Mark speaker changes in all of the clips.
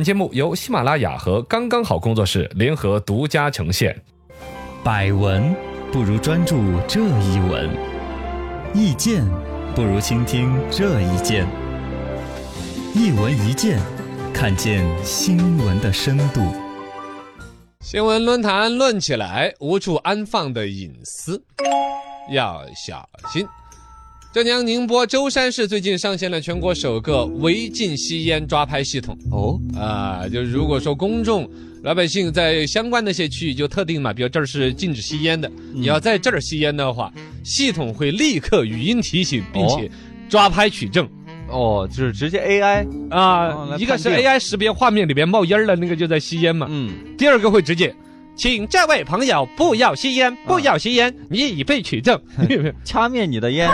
Speaker 1: 本节目由喜马拉雅和刚刚好工作室联合独家呈现。
Speaker 2: 百闻不如专注这一闻，意见不如倾听这一见。一闻一见，看见新闻的深度。
Speaker 3: 新闻论坛论起来，无处安放的隐私要小心。浙江宁波舟山市最近上线了全国首个违禁吸烟抓拍系统
Speaker 2: 哦，
Speaker 3: 啊、就如果说公众老百姓在相关的一些区域就特定嘛，比如这儿是禁止吸烟的，
Speaker 4: 嗯
Speaker 3: 你要在这儿吸烟的话，系统会立刻语音提醒，并
Speaker 4: 哦
Speaker 3: 且抓拍取证。
Speaker 4: 哦，就是直接 AI，
Speaker 3: 啊
Speaker 4: 哦、来
Speaker 3: 一个
Speaker 4: 判
Speaker 3: 是
Speaker 4: 定
Speaker 3: AI 识别画面里边冒烟儿了，那个就在吸烟嘛。
Speaker 4: 嗯，
Speaker 3: 第二个会直接，请这位朋友不要吸
Speaker 4: 啊
Speaker 3: 烟，不要吸烟，你已被取 证。
Speaker 4: 掐灭你的烟，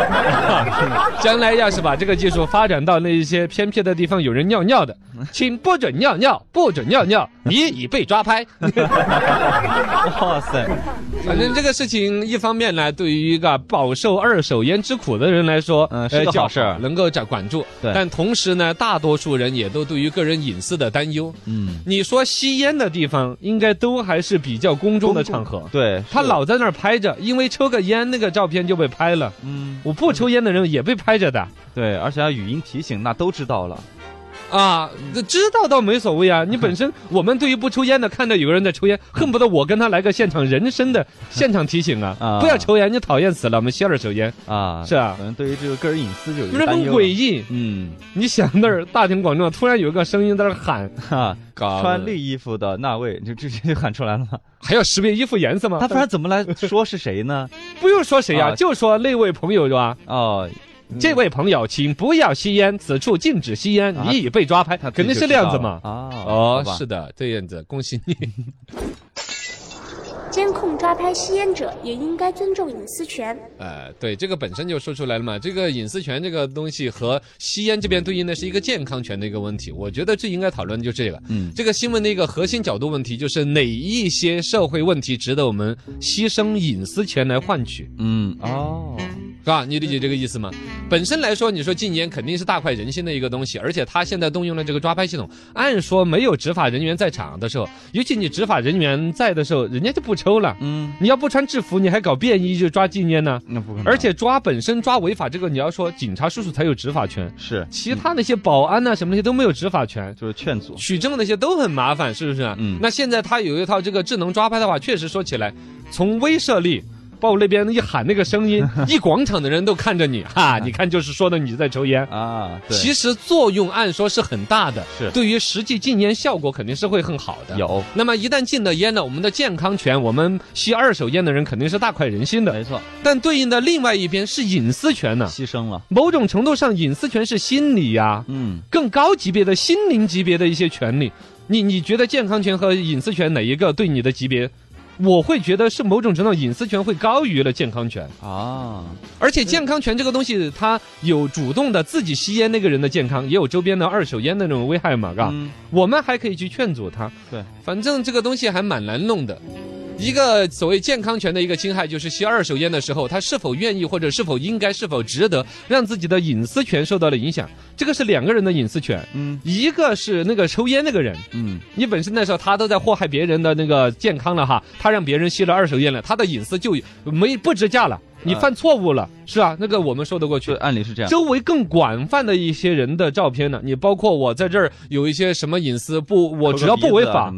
Speaker 3: 将来要是把这个技术发展到那一些偏僻的地方，有人尿尿 的，请不准尿尿，不准尿尿，你已被抓 拍。
Speaker 4: 哇塞，
Speaker 3: 反正这个事情，一方面呢，对于一个饱受二手烟之苦的人来说，
Speaker 4: 嗯是个
Speaker 3: 较
Speaker 4: 好事儿
Speaker 3: 能够掌管住。
Speaker 4: 对
Speaker 3: 但同时呢，大多数人也都对于个人隐私的担忧。
Speaker 4: 嗯，
Speaker 3: 你说吸烟的地方，应该都还是比较公众的场合。
Speaker 4: 对，
Speaker 3: 他
Speaker 4: 是，
Speaker 3: 老在那儿拍着，因为抽个烟那个照片就被拍了。
Speaker 4: 嗯，
Speaker 3: 我不抽烟的人也被拍着的
Speaker 4: 对，而且要语音提醒，那都知道了，
Speaker 3: 啊，这知道倒没所谓啊。你本身我们对于不抽烟的，看到有个人在抽烟，恨不得我跟他来个现场人声的现场提醒啊
Speaker 4: 啊，
Speaker 3: 不要抽烟，你讨厌死了，我们吸二手烟，
Speaker 4: 啊，
Speaker 3: 是啊
Speaker 4: 可能对于这个个人隐私就有
Speaker 3: 就
Speaker 4: 些
Speaker 3: 是
Speaker 4: 担
Speaker 3: 很
Speaker 4: 忧
Speaker 3: 诡，
Speaker 4: 了
Speaker 3: 异。
Speaker 4: 嗯，
Speaker 3: 你想那儿大庭广众突然有一个声音在那儿喊，
Speaker 4: 哈，
Speaker 3: 搞
Speaker 4: 穿绿衣服的那位就直接就喊出来 了，
Speaker 3: 还要识别衣服颜色吗？
Speaker 4: 他不然怎么来说是谁 呢？
Speaker 3: 不用说谁呀、
Speaker 4: 啊
Speaker 3: 就说那位朋友是吧？
Speaker 4: 哦，
Speaker 3: 这位朋友，请不要吸烟，此处禁止吸烟，
Speaker 4: 啊
Speaker 3: 你已被抓拍，
Speaker 4: 他
Speaker 3: 肯定是那样子嘛。
Speaker 4: 啊，
Speaker 3: 哦
Speaker 4: 好，吧
Speaker 3: 是，的，这样子，恭喜你。
Speaker 5: 监控抓拍吸烟者，也应该尊重隐私权。
Speaker 3: 呃，对，这个本身就说出来了嘛。这个隐私权这个东西和吸烟这边对应的是一个健康权的一个问题，我觉得最应该讨论的就这个。
Speaker 4: 嗯，
Speaker 3: 这个新闻的一个核心角度问题就是哪一些社会问题值得我们牺牲隐私权来换取，
Speaker 4: 嗯，哦，
Speaker 3: 是吧？你理解这个意思吗？本身来说，你说禁烟肯定是大快人心的一个东西，而且他现在动用了这个抓拍系统，按说没有执法人员在场的时候，尤其你执法人员在的时候，人家就不抽了。
Speaker 4: 嗯，
Speaker 3: 你要不穿制服，你还搞便衣就抓禁烟呢？
Speaker 4: 那不可能，
Speaker 3: 而且抓本身抓违法这个，你要说警察叔叔才有执法权，
Speaker 4: 是，
Speaker 3: 其他那些保安呐、什么那些都没有执法权。
Speaker 4: 就是劝阻，
Speaker 3: 取证那些都很麻烦，是不是啊？
Speaker 4: 嗯
Speaker 3: 那现在他有一套这个智能抓拍的话，确实说起来，从威慑力。把我那边一喊那个声 音，一广场的人都看着你，哈，你看就是说的你在抽烟。
Speaker 4: 嗯啊，对，
Speaker 3: 其实作用按说是很大的，
Speaker 4: 是
Speaker 3: 对于实际禁烟效果肯定是会很好的。。
Speaker 4: 有，
Speaker 3: 那么一旦禁了烟呢，我们的健康权，我们吸二手烟的人肯定是大快人心的。
Speaker 4: 没错，
Speaker 3: 但对应的另外一边是隐私权呢、
Speaker 4: 牺牲了，
Speaker 3: 某种程度上，隐私权是心理呀、
Speaker 4: 嗯，
Speaker 3: 更高级别的心灵级别的一些权利。你你觉得健康权和隐私权哪一个对你的级别？我会觉得是某种程度上隐私权会高于了健康权，
Speaker 4: 啊，
Speaker 3: 而且健康权这个东西，它有主动的自己吸烟那个人的健康，也有周边的二手烟的那种危害嘛，嘎、
Speaker 4: 嗯
Speaker 3: 我们还可以去劝阻他。
Speaker 4: 对，
Speaker 3: 反正这个东西还蛮难弄的。一个所谓健康权的一个侵害，就是吸二手烟的时候，他是否愿意或者是否应该、是否值得让自己的隐私权受到了影响。这个是两个人的隐私权，
Speaker 4: 嗯
Speaker 3: 一个是那个抽烟那个人，
Speaker 4: 嗯，
Speaker 3: 你本身那时候他都在祸害别人的那个健康了哈，他让别人吸了二手烟了，他的隐私就没不值价了，你
Speaker 4: 啊
Speaker 3: 犯错误了，是啊，那个我们说得过去
Speaker 4: 就。按理是这样，
Speaker 3: 周围更广泛的一些人的照片呢，你包括我在这儿有一些什么隐私不，我只要不
Speaker 4: 啊
Speaker 3: 违法，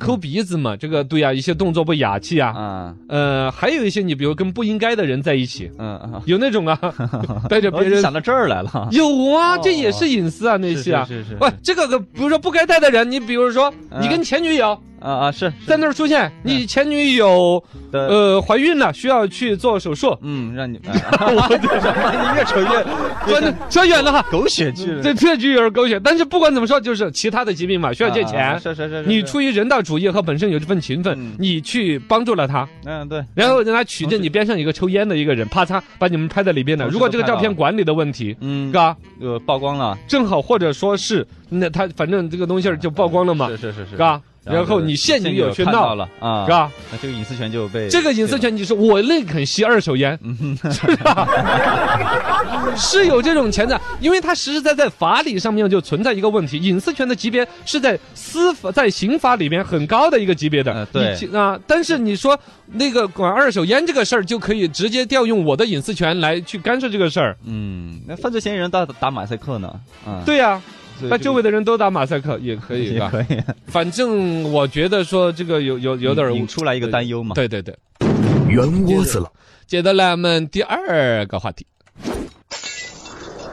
Speaker 3: 抠鼻子嘛，这个对呀、一些动作不雅气啊，
Speaker 4: 嗯啊，
Speaker 3: 呃，还有一些你比如跟不应该的人在一起，
Speaker 4: 嗯嗯，
Speaker 3: 有那种 啊，带着
Speaker 4: 我
Speaker 3: 别人
Speaker 4: 想到这儿来 了，
Speaker 3: 有啊，
Speaker 4: 哦
Speaker 3: 这也是隐私啊，那
Speaker 4: 是
Speaker 3: 些啊。
Speaker 4: 是是是
Speaker 3: 喂，这个个比如说不该带的人，你比如说
Speaker 4: 嗯
Speaker 3: 你跟前女友
Speaker 4: 啊啊是嗯
Speaker 3: 在那儿出现，你前女友
Speaker 4: 的，
Speaker 3: 呃怀孕了，需要去做手术，
Speaker 4: 嗯，让 你，我你越扯
Speaker 3: 说
Speaker 4: 越
Speaker 3: 扯远了哈，
Speaker 4: 狗血剧了，
Speaker 3: 这这句有点狗血，但是不管怎么说，就是其他的疾病嘛，需要借钱，
Speaker 4: 啊是是是，
Speaker 3: 你出于人道主义和本身有这份情分
Speaker 4: 嗯，
Speaker 3: 你去帮助了他，
Speaker 4: 嗯对，
Speaker 3: 然后让他取证，你边上有个抽烟的一个人，啪嚓把你们拍在里边的。
Speaker 4: 同时
Speaker 3: 如果这个照片管理的问题，
Speaker 4: 嗯，
Speaker 3: 嘎，
Speaker 4: 呃曝光了，
Speaker 3: 正好或者说是那他反正这个东西儿就曝光了嘛
Speaker 4: 是，是是是，
Speaker 3: 嘎。然后你现女友
Speaker 4: 友
Speaker 3: 却
Speaker 4: 看
Speaker 3: 闹
Speaker 4: 到，了啊，
Speaker 3: 是？吧？
Speaker 4: 那这个隐私权就被
Speaker 3: 这个隐私权，你说我那肯吸二手烟，是吧？ 是有这种钱的，因为它实实在在法理上面就存在一个问题，隐私权的级别是在司法在刑法里面很高的一个级别的，
Speaker 4: 呃对
Speaker 3: 你去啊。但是你说那个管二手烟这个事儿，就可以直接调用我的隐私权来去干涉这个事儿，
Speaker 4: 嗯，那犯罪嫌疑人打打马赛克呢，啊，
Speaker 3: 对呀、
Speaker 4: 所以这个，
Speaker 3: 把周围的人都打马赛克也可以，是
Speaker 4: 也
Speaker 3: 吧？
Speaker 4: 可以，
Speaker 3: 反正我觉得说这个有有 有点儿
Speaker 4: 引出来一个担忧嘛，
Speaker 3: 对对对，
Speaker 6: 圆窝子了，
Speaker 3: 接着来我们第二个话题。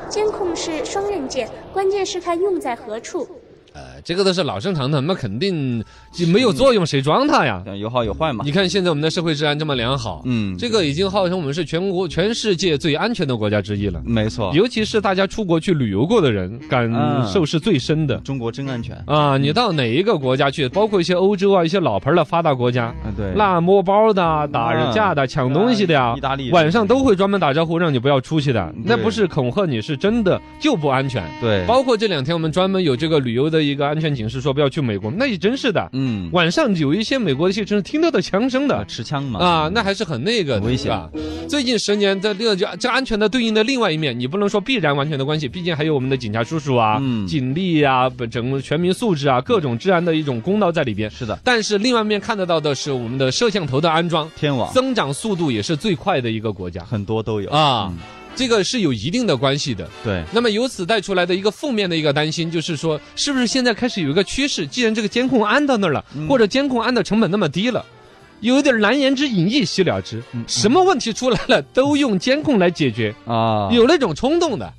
Speaker 5: 监控是双刃剑，关键是看用在何处。
Speaker 3: 呃，这个都是老生常谈，那肯定就没有作用，谁装它呀？
Speaker 4: 对，有好有坏嘛，
Speaker 3: 你看现在我们的社会治安这么良好，
Speaker 4: 嗯，
Speaker 3: 这个已经号称我们是全国、全世界最安全的国家之一了。
Speaker 4: 没错，
Speaker 3: 尤其是大家出国去旅游过的人，感
Speaker 4: 嗯
Speaker 3: 受是最深的。
Speaker 4: 中国真安全，
Speaker 3: 啊，你到哪一个国家去，包括一些欧洲啊、一些老牌儿的发达国家，
Speaker 4: 啊，对，
Speaker 3: 那摸包的啊、打人架的啊、抢东西的呀
Speaker 4: 意，大利
Speaker 3: 晚上都会专门打招呼让你不要出去的，那不是恐吓你，是真的就不安全。
Speaker 4: 对，
Speaker 3: 包括这两天我们专门有这个旅游的一个安全警示，说不要去美国，那也真是的。
Speaker 4: 嗯，
Speaker 3: 晚上有一些美国的一些城市听得到枪声
Speaker 4: 啊
Speaker 3: 的
Speaker 4: 持枪嘛，
Speaker 3: 啊，那还是很那个的
Speaker 4: 很危险
Speaker 3: 是吧最近十年的另这这安全的对应的另外一面，你不能说必然完全的关系，毕竟还有我们的警察叔叔啊、
Speaker 4: 嗯
Speaker 3: 警力啊、本整个全民素质啊、各种治安的一种公道在里边。
Speaker 4: 是的，
Speaker 3: 但是另外一面看得到的是我们的摄像头的安装，
Speaker 4: 天网
Speaker 3: 增长速度也是最快的一个国家
Speaker 4: 很多都有，
Speaker 3: 啊
Speaker 4: 嗯，
Speaker 3: 这个是有一定的关系的。
Speaker 4: 对，
Speaker 3: 那么由此带出来的一个负面的一个担心，就是说，是不是现在开始有一个趋势？既然这个监控安到那儿了，
Speaker 4: 嗯
Speaker 3: 或者监控安的成本那么低了。有一点难言之隐，一息了之。什么问题出来了，都用监控来解决，
Speaker 4: 啊，
Speaker 3: 有那种冲动的，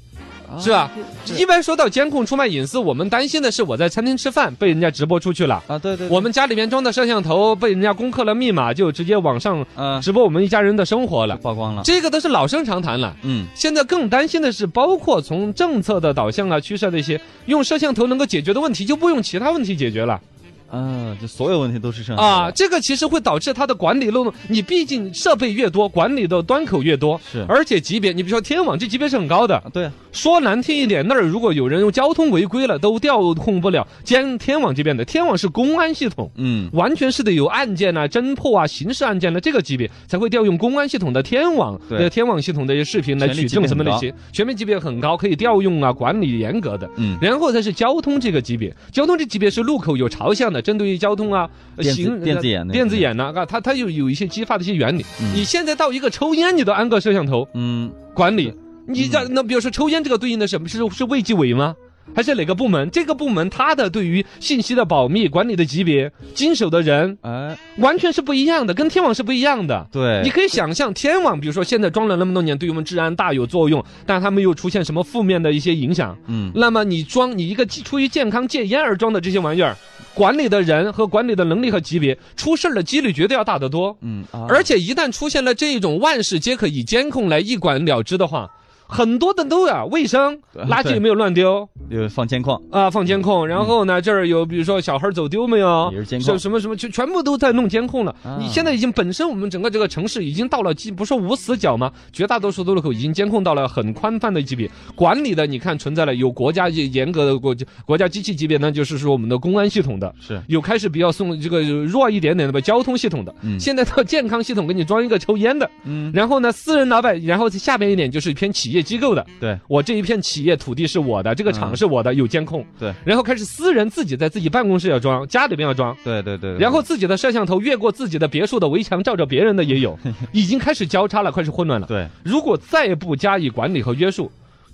Speaker 3: 是吧？一般说到监控出卖隐私，我们担心的是我在餐厅吃饭被人家直播出去了，
Speaker 4: 啊，对对，对
Speaker 3: 我们家里面装的摄像头被人家攻克了密码，就直接网上
Speaker 4: 嗯，
Speaker 3: 直播我们一家人的生活了。
Speaker 4: 曝光了，
Speaker 3: 这个都是老生常谈了。
Speaker 4: 嗯，
Speaker 3: 现在更担心的是，包括从政策的导向啊、趋势啊这些，用摄像头能够解决的问题，就不用其他问题解决了
Speaker 4: 啊，这所有问题都是摄像头
Speaker 3: 啊。，这个其实会导致它的管理漏洞。你毕竟设备越多，管理的端口越多，
Speaker 4: 是
Speaker 3: 而且级别，你比如说天网，这级别是很高的。
Speaker 4: 啊对啊，
Speaker 3: 说难听一点，那儿如果有人用交通违规了，都调控不了监天网这边的。天网是公安系统。
Speaker 4: 嗯，
Speaker 3: 完全是得有案件啊、侦破啊、刑事案件的这个级别，才会调用公安系统的天网
Speaker 4: 对
Speaker 3: 的天网系统的一些视频来
Speaker 4: 权力
Speaker 3: 取
Speaker 4: 级别
Speaker 3: 证什么
Speaker 4: 很
Speaker 3: 那
Speaker 4: 高
Speaker 3: 些，全面级别很高，可以调用啊，管理严格的。
Speaker 4: 嗯
Speaker 3: 然后才是交通这个级别，交通这级别是路口有朝向的，针对于交通啊、呃
Speaker 4: 电子
Speaker 3: 行
Speaker 4: 电子眼那
Speaker 3: 电子
Speaker 4: 种
Speaker 3: 眼呐、啊，它它有有一些激发的一些原理。
Speaker 4: 嗯
Speaker 3: 你现在到一个抽烟，你都安个摄像头
Speaker 4: 嗯，
Speaker 3: 管理，你让那比如说抽烟这个对应的什么是是卫计委吗？还是哪个部门？这个部门它的对于信息的保密管理的级别、经手的人，
Speaker 4: 哎，
Speaker 3: 完全是不一样的，跟天网是不一样的。
Speaker 4: 对，
Speaker 3: 你可以想象，天网比如说现在装了那么多年，对于我们治安大有作用，但它没有出现什么负面的一些影响。
Speaker 4: 嗯，
Speaker 3: 那么你装你一个出于健康戒烟而装的这些玩意儿，管理的人和管理的能力和级别，出事儿的几率绝对要大得多。
Speaker 4: 嗯，啊
Speaker 3: 而且一旦出现了这种万事皆可以监控来一管了之的话，很多的都啊，卫生
Speaker 4: 对
Speaker 3: 垃圾有没有乱丢
Speaker 4: 有放监控，
Speaker 3: 啊？放监控，然后呢，这儿有比如说小孩走丢没有
Speaker 4: 嗯也？是监控
Speaker 3: 什，什么什么，全全部都在弄监控了。
Speaker 4: 啊
Speaker 3: 你现在已经本身我们整个这个城市已经到了，既不说无死角吗？绝大多数的路口已经监控到了很宽泛的级别，管理的你看存在了有国家严格的国国家机器级别呢，就是说我们的公安系统的，
Speaker 4: 是
Speaker 3: 有开始比较送这个弱一点点的吧，交通系统的，
Speaker 4: 嗯
Speaker 3: 现在到健康系统给你装一个抽烟的，
Speaker 4: 嗯，
Speaker 3: 然后呢，私人老板，然后下边一点就是偏企业机构的，
Speaker 4: 对，
Speaker 3: 我这一片企业土地是我的，这个厂
Speaker 4: 嗯
Speaker 3: 是我的，有监控，
Speaker 4: 对，
Speaker 3: 然后开始私人自己在自己办公室要装，家里边要装。
Speaker 4: 对对对，对
Speaker 3: 然后自己的摄像头越过自己的别墅的围墙，照着别人的也 有，已经开始交叉了，开始混乱了。
Speaker 4: 对，
Speaker 3: 如果再不加以管理和约束，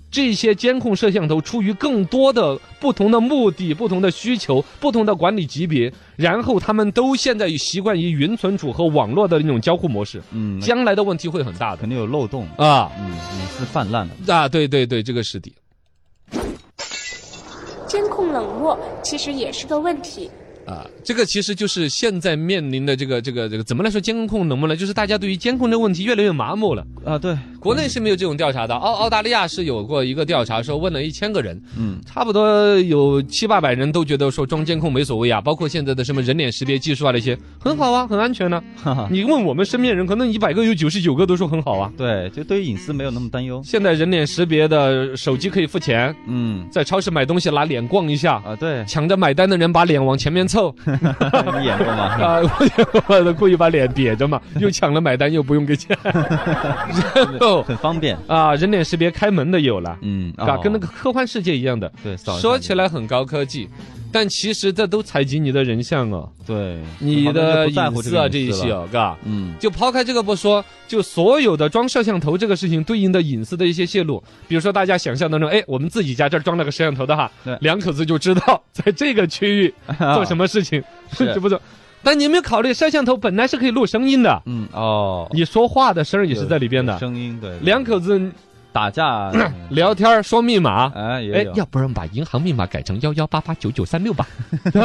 Speaker 3: 这些监控摄像头出于更多的不同的目的、不同的需求、不同的管理级别，然后他们都现在习惯于云存储和网络的那种交互模式，
Speaker 4: 嗯，那
Speaker 3: 将来的问题会很大的
Speaker 4: 肯定有漏洞，
Speaker 3: 啊
Speaker 4: 嗯，隐私泛滥了，
Speaker 3: 啊！对对对，这个是的。
Speaker 5: 监控冷漠其实也是个问题。
Speaker 3: 啊，这个其实就是现在面临的这个这个这个怎么来说监控能不能？就是大家对于监控这个问题越来越麻木了。
Speaker 4: 啊，对，
Speaker 3: 国内是没有这种调查的。澳澳大利亚是有过一个调查，说问了一千个人，
Speaker 4: 嗯，
Speaker 3: 差不多有七八百人都觉得说装监控没所谓啊，包括现在的什么人脸识别技术啊那些，很好啊，很安全呢、
Speaker 4: 哈哈，
Speaker 3: 你问我们身边人，可能一百个有九十九个都说很好啊。
Speaker 4: 对，就对于隐私没有那么担忧。
Speaker 3: 现在人脸识别的手机可以付钱，
Speaker 4: 嗯，
Speaker 3: 在超市买东西拿脸逛一下，
Speaker 4: 啊，对，
Speaker 3: 抢着买单的人把脸往前面凑，
Speaker 4: 你演过吗？
Speaker 3: 啊、我我故意把脸瘪 着嘛，又抢了买单又不用给钱，然后
Speaker 4: 很方便。
Speaker 3: 啊，人脸识别开门的有了，
Speaker 4: 嗯，
Speaker 3: 啊，
Speaker 4: 哦
Speaker 3: 跟那个科幻世界一样的。
Speaker 4: 对，扫一
Speaker 3: 说
Speaker 4: 下
Speaker 3: 起来很高科技，但其实这都采集你的人像哦，
Speaker 4: 就，对，
Speaker 3: 你
Speaker 4: 很多人
Speaker 3: 的
Speaker 4: 就不在
Speaker 3: 隐
Speaker 4: 乎
Speaker 3: 私啊
Speaker 4: 个
Speaker 3: 这
Speaker 4: 隐
Speaker 3: 一
Speaker 4: 私
Speaker 3: 些
Speaker 4: 了
Speaker 3: 哦，嘎。
Speaker 4: 嗯，
Speaker 3: 就抛开这个不说，就所有的装摄像头这个事情对应的隐私的一些泄露，比如说大家想象当中，哎，我们自己家这儿装了个摄像头的哈
Speaker 4: 对，啊
Speaker 3: 两口子就知道在这个区域 做什么事情，
Speaker 4: 是
Speaker 3: 就不做。但你有没有考虑，摄像头本来是可以录声音的，
Speaker 4: 嗯，哦，
Speaker 3: 你说话的声儿也是在里边的。
Speaker 4: 声音对，
Speaker 3: 两口子
Speaker 4: 打架啊
Speaker 3: 聊天儿说密码，
Speaker 4: 哎，也
Speaker 3: 哎
Speaker 4: 有，
Speaker 3: 要不然把银行密码改成幺幺八八九九三六吧？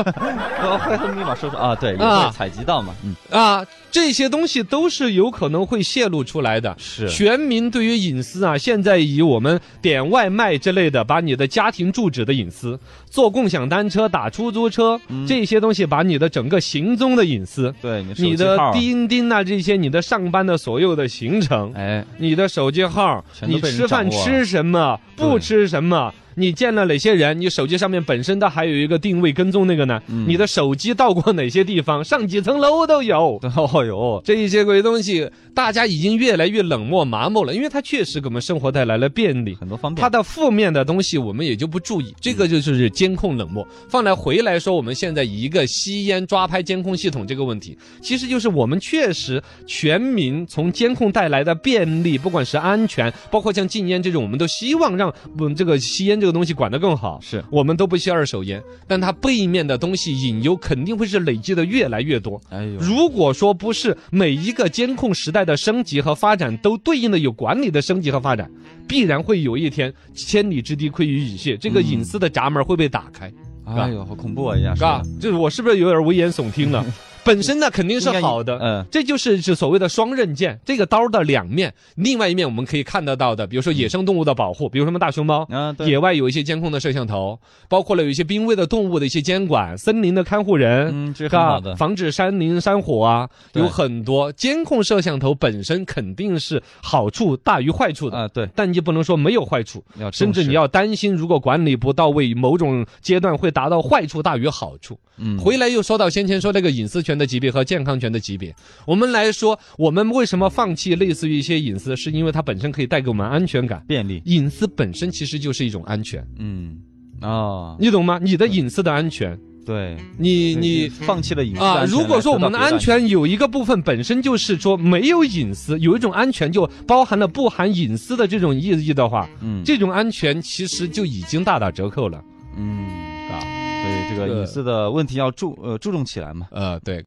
Speaker 4: 哦会和密码说说啊，对，也
Speaker 3: 啊
Speaker 4: 会采集到嘛，嗯，
Speaker 3: 啊，这些东西都是有可能会泄露出来的。
Speaker 4: 是
Speaker 3: 全民对于隐私啊，现在以我们点外卖之类的，把你的家庭住址的隐私，坐共享单车、打出租车、这些东西，把你的整个行踪的隐私，
Speaker 4: 对，嗯你手
Speaker 3: 你
Speaker 4: 机
Speaker 3: 的
Speaker 4: 号
Speaker 3: 钉钉啊，这些你的上班的所有的行程，
Speaker 4: 哎，
Speaker 3: 你的手机号，
Speaker 4: 全都
Speaker 3: 你
Speaker 4: 被人
Speaker 3: 吃饭
Speaker 4: 掌握
Speaker 3: 吃什么，
Speaker 4: 对
Speaker 3: 不吃什么，你见了哪些人，你手机上面本身它还有一个定位跟踪那个呢，
Speaker 4: 嗯
Speaker 3: 你的手机到过哪些地方，上几层楼都有。
Speaker 4: 哦哟，
Speaker 3: 这一些鬼东西，大家已经越来越冷漠麻木了，因为它确实给我们生活带来了便利。
Speaker 4: 很多方便，
Speaker 3: 它的负面的东西我们也就不注意，这个就是监控冷漠。放来回来说，我们现在以一个吸烟抓拍监控系统这个问题，其实就是我们确实全民从监控带来的便利，不管是安全，包括像禁烟这种，我们都希望让我们这个吸烟这个东西管得更好。
Speaker 4: 是
Speaker 3: 我们都不吸二手烟，但它背面的东西隐忧肯定会是累积的越来越多。
Speaker 4: 哎呦，
Speaker 3: 如果说不是每一个监控时代的升级和发展都对应的有管理的升级和发展，必然会有一天千里之堤溃于蚁穴，这个隐私的闸门会被打开，
Speaker 4: 哎呦，好恐怖啊，一下
Speaker 3: 是
Speaker 4: 说
Speaker 3: 吧
Speaker 4: 的，？
Speaker 3: 这我是不是有点危言耸听了？本身呢肯定是好的，
Speaker 4: 嗯，
Speaker 3: 这就是是所谓的双刃剑，这个刀的两面。另外一面我们可以看得到的，比如说野生动物的保护，比如什么大熊猫，
Speaker 4: 啊，对，
Speaker 3: 野外有一些监控的摄像头，包括了有一些濒危的动物的一些监管，森林的看护人，
Speaker 4: 嗯这
Speaker 3: 是
Speaker 4: 是很好的
Speaker 3: 防止山林山火啊，
Speaker 4: 对
Speaker 3: 有很多监控摄像头本身肯定是好处大于坏处的。
Speaker 4: 啊，对，
Speaker 3: 但你不能说没有坏处，
Speaker 4: 要
Speaker 3: 甚至
Speaker 4: 重视
Speaker 3: 你要担心，如果管理不到位，某种阶段会达到坏处大于好处。
Speaker 4: 嗯
Speaker 3: 回来又说到先前说那个隐私权的级别和健康权的级别，我们来说，我们为什么放弃类似于一些隐私，是因为它本身可以带给我们安全感。
Speaker 4: 便利，
Speaker 3: 隐私本身其实就是一种安全，
Speaker 4: 嗯，啊，
Speaker 3: 你懂吗？你的隐私的安全，
Speaker 4: 对，
Speaker 3: 你你
Speaker 4: 放弃了隐私
Speaker 3: 啊，
Speaker 4: 安全
Speaker 3: 如果说我们的安，
Speaker 4: 来得到别
Speaker 3: 全有一个部分本身就是说没有隐私，有一种安全就包含了不含隐私的这种意义的话，
Speaker 4: 的嗯，
Speaker 3: 这种安全其实就已经大打折扣了
Speaker 4: 嗯，
Speaker 3: 啊。
Speaker 4: 所以这
Speaker 3: 这
Speaker 4: 个
Speaker 3: 个
Speaker 4: 隐私的问题要注呃注重起来嘛。
Speaker 3: 呃，对，